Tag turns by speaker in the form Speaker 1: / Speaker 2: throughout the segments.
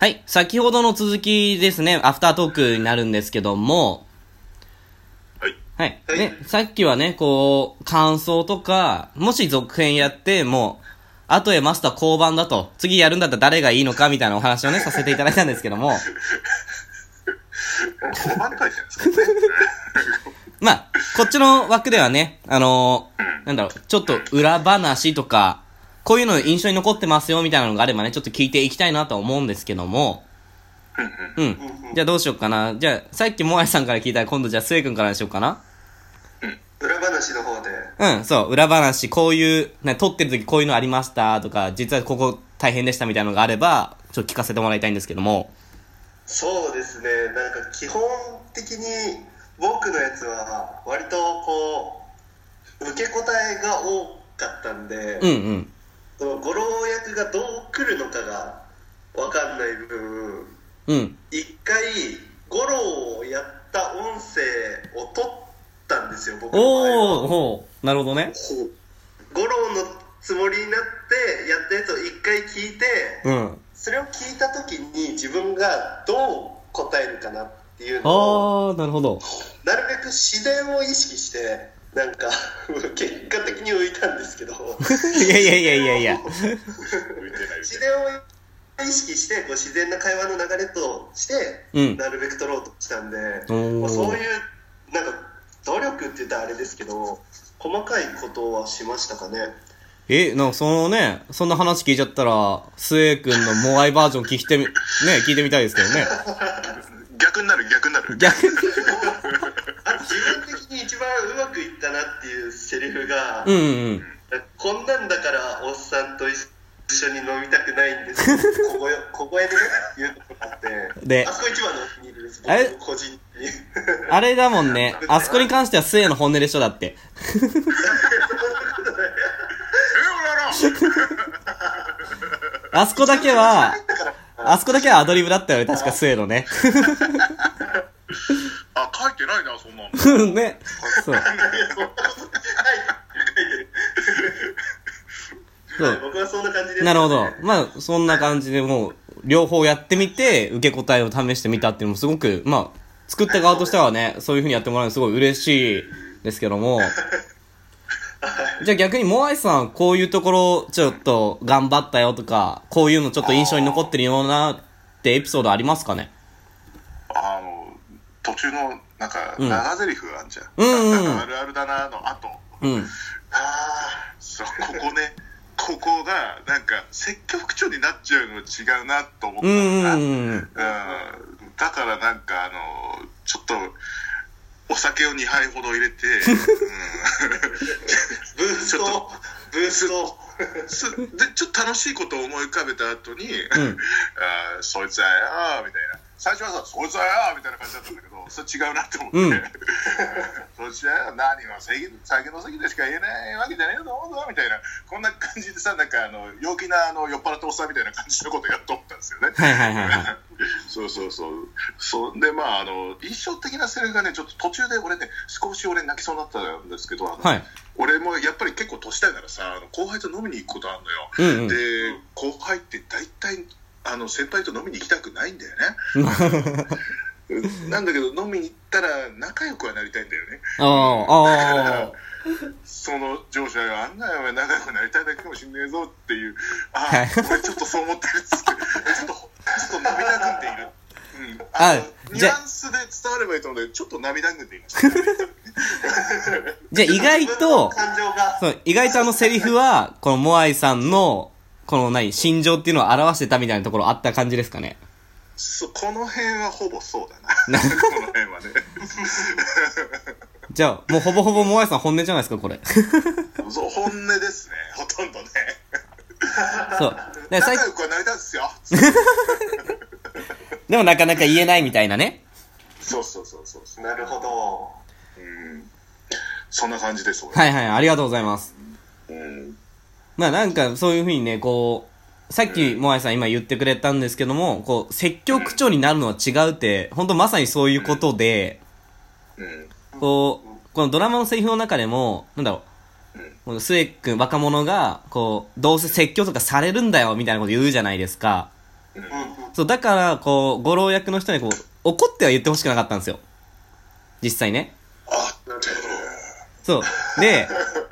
Speaker 1: はい。先ほどの続きですね。アフタートークになるんですけども、
Speaker 2: はい。
Speaker 1: はい。
Speaker 2: はい
Speaker 1: ね、さっきはね、こう、感想とか、もし続編やって、もう、後へマスター降板だと、次やるんだったら誰がいいのかみたいなお話をね、させていただいたんですけども、
Speaker 2: 5番回じゃないですか。
Speaker 1: まあ、こっちの枠ではね、あのーなんだろう、ちょっと裏話とか、こういうの印象に残ってますよみたいなのがあればね、ちょっと聞いていきたいなとは思うんですけども、うん。じゃあどうしようかな。じゃあ、さっきモアイさんから聞いたら今度じゃあスエ君からにしようかな。
Speaker 3: 裏話の方で、
Speaker 1: うん、そう、裏話、こういう、な撮ってる時こういうのありましたとか、実はここ大変でしたみたいなのがあれば、ちょっと聞かせてもらいたいんですけども。
Speaker 3: そうですね、なんか基本的に僕のやつは、割とこう、受け答えが多かったんで、
Speaker 1: うんうん。
Speaker 3: その語呂訳がどう来るのかが分かんない分、
Speaker 1: うん。
Speaker 3: 一回、語呂をやった音声を取ったんですよ、僕の場合は
Speaker 1: おー、ほう。なるほどね。
Speaker 3: ゴロのつもりになってやったやつを一回聞いて、
Speaker 1: うん。
Speaker 3: それを聞いた時に自分がどう答えるかなっていう
Speaker 1: あ
Speaker 3: のを
Speaker 1: ー、なるほど。
Speaker 3: なるべく自然を意識してなんか 結果的に浮いたんです けど
Speaker 1: いやいやいやいやいや。
Speaker 2: 浮いてない浮いて
Speaker 3: 自然を意識してこう自然な会話の流れとして
Speaker 1: うん
Speaker 3: なるべく取ろうとしたんで、
Speaker 1: おー
Speaker 3: まあそういうなんか努力って言ったらあれですけど細かいことはしましたかね
Speaker 1: え、なんかそのね、そんな話聞いちゃったら、スエ君のモアイバージョン聞いてみ、ね、聞いてみたいですけどね。
Speaker 2: ない逆になる、逆になる。
Speaker 1: 逆に。
Speaker 3: あ自分的に一番うまくいったなっていうセリフが、
Speaker 1: うんうんうん。
Speaker 3: こんなんだからおっさんと一緒に飲みたくないんです 小声小声でね言うとこがあって
Speaker 1: で
Speaker 3: あそこ一番のお気に入りです
Speaker 1: あれ
Speaker 3: 僕個人的に
Speaker 1: あれだもんね。あそこに関してはスエの本音でしょ、だって。
Speaker 2: え、おらら
Speaker 1: あそこだけは、
Speaker 3: だから
Speaker 1: あそこだけはアドリブだったよね、確かスエのね。
Speaker 2: あ、書いてないな、そんなの。
Speaker 1: ね。そう。
Speaker 3: そんなこと書いて書いてる
Speaker 1: そ。
Speaker 3: はいう僕はそんな感じです、
Speaker 1: なるほど。まあ、そんな感じでもう、両方やってみて、受け答えを試してみたっていうのもすごく、まあ、作った側としてはね、そういう風にやってもらうのすごい嬉しいですけども。じゃあ逆に、モアイさん、こういうところ、ちょっと頑張ったよとか、こういうのちょっと印象に残ってるようなってエピソードありますかね
Speaker 2: あの、途中の、なんか、
Speaker 1: うん
Speaker 2: 長台詞があんじゃん。
Speaker 1: うんうんうん
Speaker 2: あるあるだな、の後。
Speaker 1: うん。
Speaker 2: ああ、そう、ここね。ここが、なんか、積極調になっちゃうの違うなと思った
Speaker 1: うんん
Speaker 2: だ
Speaker 1: う
Speaker 2: な。
Speaker 1: んうん。
Speaker 2: うんだからなんかあのちょっとお酒を2杯ほど入れて、
Speaker 3: ブース
Speaker 2: ちょ
Speaker 3: トブースト
Speaker 2: うん、すでちょっと楽しいことを思い浮かべた後に、
Speaker 1: ん
Speaker 2: あーそいつはよーみたいな最初はさそいつはよーみたいな感じだったんだけどそれ違うなって思って、
Speaker 1: うん
Speaker 2: そいつはよ何を酒酒の席でしか言えないわけじゃねえと思うぞみたいなこんな感じでさなんかあの陽気なあの酔っ払ったおっさんみたいな感じのことやっとったんですよね。
Speaker 1: はいはいはいはい。
Speaker 2: そうそうそう。そうで、まあ、あの、印象的なセリフがね、ちょっと途中で俺ね、少し俺泣きそうになったんですけど、あの
Speaker 1: はい。
Speaker 2: 俺もやっぱり結構年だからさ、あの後輩と飲みに行くことあるのよ。
Speaker 1: うんうん。
Speaker 2: で、後輩って大体、あの、先輩と飲みに行きたくないんだよね。 うんなんだけど、飲みに行ったら仲良くはなりたいんだよね。
Speaker 1: ああ、ああ。
Speaker 2: その上司があんなお前仲良くなりたいだけかもしんねえぞっていう、あ、
Speaker 1: はい
Speaker 2: 俺ちょっとそう思ってるっつって、ちょっと、ちょっと涙ぐんでいる。うん、
Speaker 1: あ
Speaker 2: あのニ
Speaker 1: じゃ
Speaker 2: ュ
Speaker 1: あ
Speaker 2: アンスで伝わればいいと思うんだけど、ちょっと涙ぐんでい ました。
Speaker 1: じゃあ意外と、
Speaker 3: 感情が
Speaker 1: そう、意外とあのセリフは、このモアイさんの、この何、心情っていうのを表してたみたいなところあった感じですかね。
Speaker 2: そこの辺はほぼそうだな。この辺はね。
Speaker 1: じゃあ、もうほぼほぼモアイさん本音じゃないですか、これ。
Speaker 2: そう、本音ですね、ほとんどね。
Speaker 1: そう。で
Speaker 2: 仲
Speaker 1: 最
Speaker 2: 良くはなりたいですよ。
Speaker 1: でもなかなか言えないみたいなね。
Speaker 2: そうそうそうそうそう。
Speaker 3: なるほど
Speaker 2: うん、そんな感じです、俺。
Speaker 1: はいはい、ありがとうございます。
Speaker 2: うん
Speaker 1: まあなんか、そういうふうにね、こう、さっきモアイさん今言ってくれたんですけども、こう、積極調になるのは違うって、ほんとまさにそういうことで、
Speaker 2: うん
Speaker 1: こう、このドラマのセリフの中でも、なんだろう、このスエ君、若者が、こう、どうせ説教とかされるんだよ、みたいなこと言うじゃないですか。そう、だから、こう、五郎役の人にこう、怒っては言ってほしくなかったんですよ。実際ね。
Speaker 2: なる
Speaker 1: そう。で、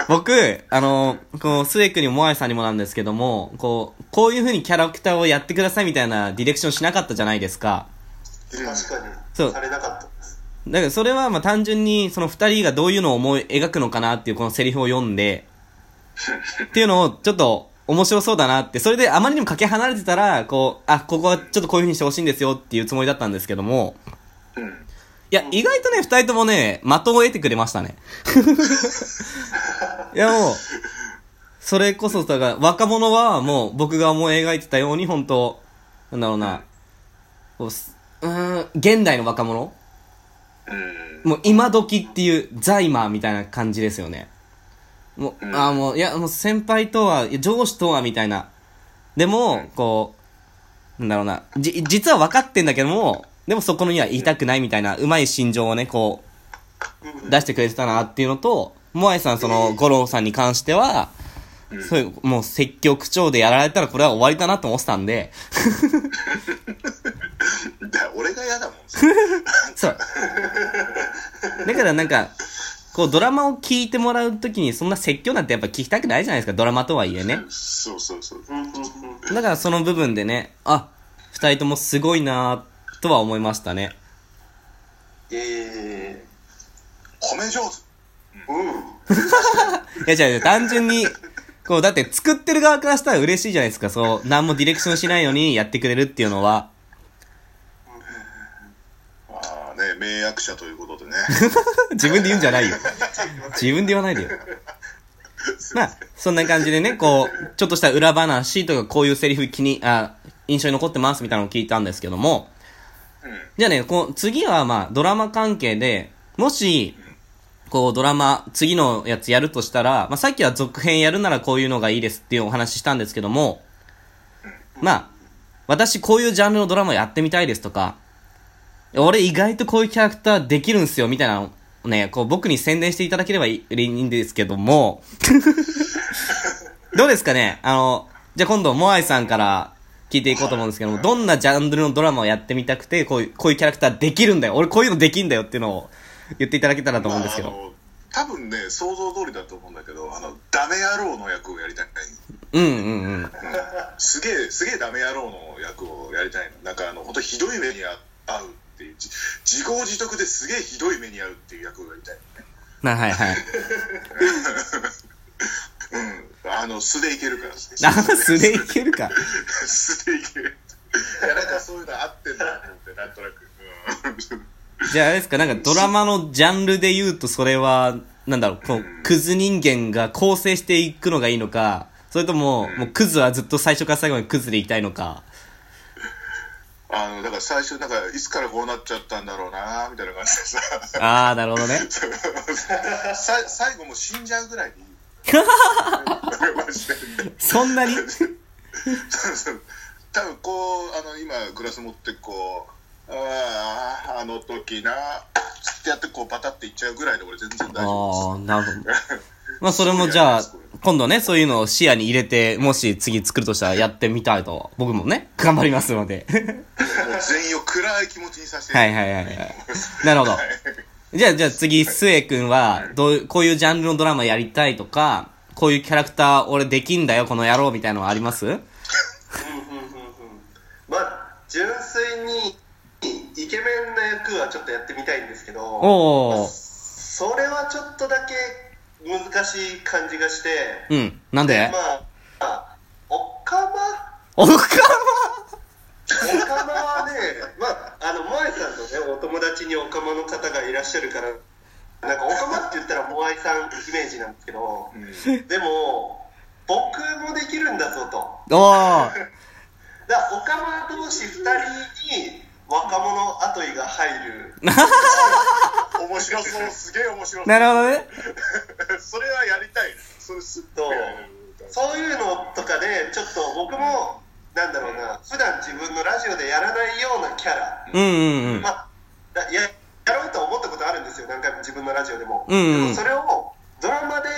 Speaker 1: 僕、あの、こう、スエ君にもモアイさんにもなんですけども、こう、こういう風にキャラクターをやってくださいみたいなディレクションしなかったじゃないですか。
Speaker 2: ほど。
Speaker 3: 確かに
Speaker 1: そう
Speaker 3: されなかったです
Speaker 1: だからそれはまあ単純にその二人がどういうのを思い描くのかなっていうこのセリフを読んで、っていうのをちょっと面白そうだなって、それであまりにもかけ離れてたら、こう、あ、ここはちょっとこういう風にしてほしいんですよっていうつもりだったんですけども、
Speaker 2: う
Speaker 1: い
Speaker 2: ん。
Speaker 1: や、意外とね、二人ともね、的を得てくれましたね。いやもう、それこそ、だから、若者はもう僕が思い描いてたように、本当なんだろうな、こうすうーん、現代の若者
Speaker 2: うん。
Speaker 1: もう今時っていう、ザイマーみたいな感じですよね。もう、
Speaker 2: うん
Speaker 1: ああ、もう、いや、もう先輩とは、いや上司とは、みたいな。でも、こう、なんだろうな、じ、実は分かってんだけども、でもそこには言いたくないみたいな、うまい心情をね、こう、出してくれてたなっていうのと、モアイさん、その、五郎さんに関しては、そういう、もう積極調でやられたらこれは終わりだなと思ってたんで、
Speaker 2: だ俺が嫌だもん。
Speaker 1: そう。だからなんか、こうドラマを聞いてもらうときにそんな説教なんてやっぱ聞きたくないじゃないですか、ドラマとはいえね。
Speaker 2: そうそうそう。
Speaker 3: うんうんうん
Speaker 1: だからその部分でね、あ、二人ともすごいなぁとは思いましたね。
Speaker 3: ええ
Speaker 2: 褒め上手。
Speaker 3: うん
Speaker 1: いや違う違う、単純に、こうだって作ってる側からしたら嬉しいじゃないですか、そう、何もディレクションしないのにやってくれるっていうのは。
Speaker 2: ああね、名役者ということでね。
Speaker 1: 自分で言うんじゃないよ。自分で言わないでよ。まあ、そんな感じでね、こう、ちょっとした裏話とかこういうセリフ気に、あ、印象に残ってますみたいなのを聞いたんですけども、じゃあね、こう、次はまあ、ドラマ関係で、もし、こう、ドラマ、次のやつやるとしたら、まあ、さっきは続編やるならこういうのがいいですっていうお話ししたんですけども、まあ、私こういうジャンルのドラマやってみたいですとか、俺意外とこういうキャラクターできるんすよみたいなのをね、こう僕に宣伝していただければいいんですけども、 どうですかねあの、じゃあ今度モアイさんから聞いていこうと思うんですけども、どんなジャンルのドラマをやってみたくて、こういう、こういうキャラクターできるんだよ。俺こういうのできんだよっていうのを言っていただけたらと思うんですけ
Speaker 2: まああ
Speaker 1: ど。
Speaker 2: の多分ね、想像通りだと思うんだけど、あの、ダメ野郎の役をやりたい。
Speaker 1: うんうんうん。
Speaker 2: すげえ、すげえダメ野郎の役をやりたいの。なんかあの、本当ひどい目にあ遭うっていう、じ自業自得ですげえひどい目に遭うっていう役をやりたいのね。
Speaker 1: まあはい はい。
Speaker 2: うん。あの、素でいけるから素で
Speaker 1: あ、素でいけるか。
Speaker 2: 素でいける。いや、なんかそういうの合ってんだと思って、なんとなく。うん。
Speaker 1: じゃああれですか、なんかドラマのジャンルで言うとそれは、なんだろう、こう、クズ人間が構成していくのがいいのか、それとも、もうクズはずっと最初から最後までクズでいきたいのか。
Speaker 2: あの、だから最初、なんか、いつからこうなっちゃったんだろうなみたいな感じでさ、
Speaker 1: あー、なるほどね。
Speaker 2: さ最後もう死んじゃうぐらいでいい。マジで
Speaker 1: そんな に
Speaker 2: そうそう 多分こう、あの、今、グラス持って、こう、ああ、あの時な、つってやって、こう、バタっていっちゃうぐらいで、俺全然
Speaker 1: あ
Speaker 2: 大丈夫
Speaker 1: ー、なるほど。まあそれもじゃあ、今度ね、そういうのを視野に入れて、もし次作るとしたらやってみたいと、僕もね、頑張りますので。
Speaker 2: です。 もう全員を暗い気持ちにさせて。
Speaker 1: はいはいはいはい。な るほど。じゃあ、じゃあ次、スエ君は、どういう、こういうジャンルのドラマやりたいとか、こういうキャラクター俺できんだよ、この野郎みたいなのはあります
Speaker 3: うんうんうんうんまあ純粋にイケメンの役はちょっとやってみたいんですけど
Speaker 1: おー
Speaker 3: それはちょっとだけ難しい感じがして
Speaker 1: うん。なんで
Speaker 3: まあまあおかま
Speaker 1: おか
Speaker 3: おかまはねまああのモアイさんのねお友達におかまの方がいらっしゃるからなんかおかまって言ったらモアイさんイメージなんですけど
Speaker 2: うん
Speaker 3: でも僕もできるんだぞと
Speaker 1: まおー
Speaker 3: だからオカマ同士2人に若者後追いが入る
Speaker 2: 面白そう、すげえ面白そう。
Speaker 1: なるほどね。
Speaker 2: それはやりたいね。それすっとやる。
Speaker 3: そういうのとかでちょっと僕もなんだろうな普段自分のラジオでやらないようなキャラ、
Speaker 1: うんうんうん。
Speaker 3: まあ、ややろうと思ったことあるんですよ何回も自分のラジオでも,、
Speaker 1: うんうん
Speaker 3: でもそれをドラマで、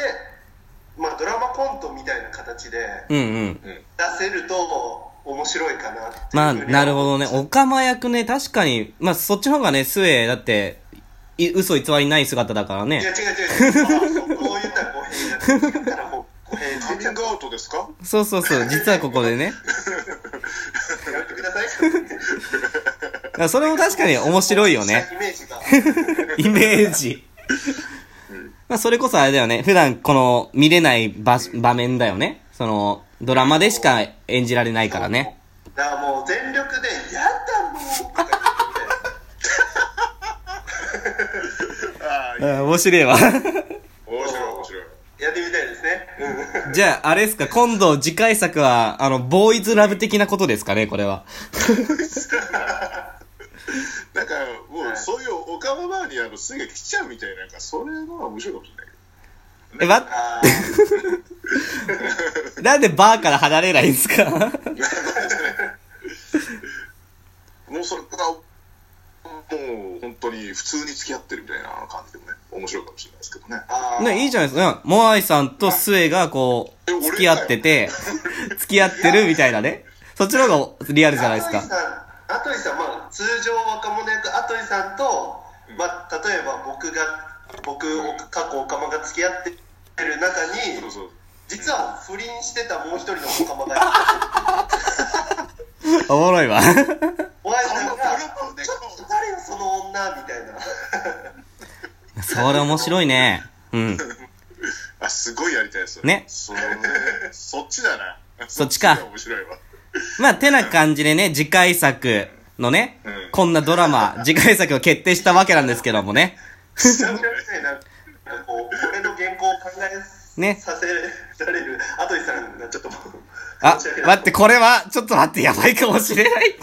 Speaker 3: まあ、ドラマコントみたいな形で
Speaker 1: うんうん。
Speaker 3: 出せると面面白いかなっていうふうに
Speaker 1: ま
Speaker 3: は
Speaker 1: あ、
Speaker 3: 思い
Speaker 1: なるほど
Speaker 3: ま
Speaker 1: ね。
Speaker 3: した
Speaker 1: オカマ役ね、確かに、まあ、そっちの方がね、スエ、だって、い嘘偽りない姿だから
Speaker 3: いや
Speaker 1: ね。
Speaker 3: 違う違う違う。こう言ったら語弊だ。こう言ったらもう語弊
Speaker 2: カミ
Speaker 3: 出ちゃ
Speaker 2: ン
Speaker 3: う
Speaker 2: グアウトですか
Speaker 1: そうそうそう、実はここでね。
Speaker 3: やめてください。
Speaker 1: だからそれも確かに面白いよね。。
Speaker 3: イメージが。
Speaker 1: イメージ。まあ、それこそあれだよね。普段この見れない場場面だよね。その、ドラマでしか演じられないからね。
Speaker 3: だからもう全力で、やだもうとか言って。
Speaker 2: ああ、
Speaker 1: うん、面白いわ。
Speaker 2: 面白い面白い。
Speaker 3: やってみたいですね。うん
Speaker 1: じゃあ、あれですか、今度次回作は、あの、ボーイズラブ的なことですかね、これは。
Speaker 2: なんかもうそういうオカマ周りにあのすげえ来ちゃうみたいななんかそれの方が面白いかもしれない
Speaker 1: え、わ、
Speaker 3: あー
Speaker 1: なんでバーから離れないんですか
Speaker 2: けどもうそれがもう本当に普通に付き合ってるみたいな感じでもね面白いかもしれないですけどね
Speaker 3: あー。
Speaker 1: ね、いいじゃないですか。うんモアイさんとスエがこ
Speaker 2: え
Speaker 1: う、
Speaker 2: 俺
Speaker 1: 付き合ってて、付き合ってるみたいなね。そっちの方がリアルじゃないです
Speaker 3: アトイ
Speaker 1: か。
Speaker 3: さん、アトイさん、まあ、通常若者役、アトイさんと、まあ、例えば僕が、僕、過去、オカマが付き合ってる中に
Speaker 2: そう、そう
Speaker 3: 実は不倫してたもう一人のオカマ がいて、
Speaker 1: おもろいわ。
Speaker 3: お会いさんが、
Speaker 2: この子ね
Speaker 3: ちょっと誰よ、その女、みたい な。
Speaker 1: それ面白いね。うん。
Speaker 2: あすごいやりたいです
Speaker 1: ね
Speaker 2: それそっちだな
Speaker 1: そっちか
Speaker 2: が面白いわ
Speaker 1: まあ、てな感じでね、次回作のね、
Speaker 2: うん
Speaker 1: こんなドラマ、次回作を決定したわけなんですけどもね。
Speaker 3: 面白いねなんかこう俺の原稿を考え
Speaker 1: ね
Speaker 3: させられるアトイさんがちょっともう
Speaker 1: あ
Speaker 3: 申し訳、ない
Speaker 1: 待って、これは、ちょっと待って、やばいかもしれない。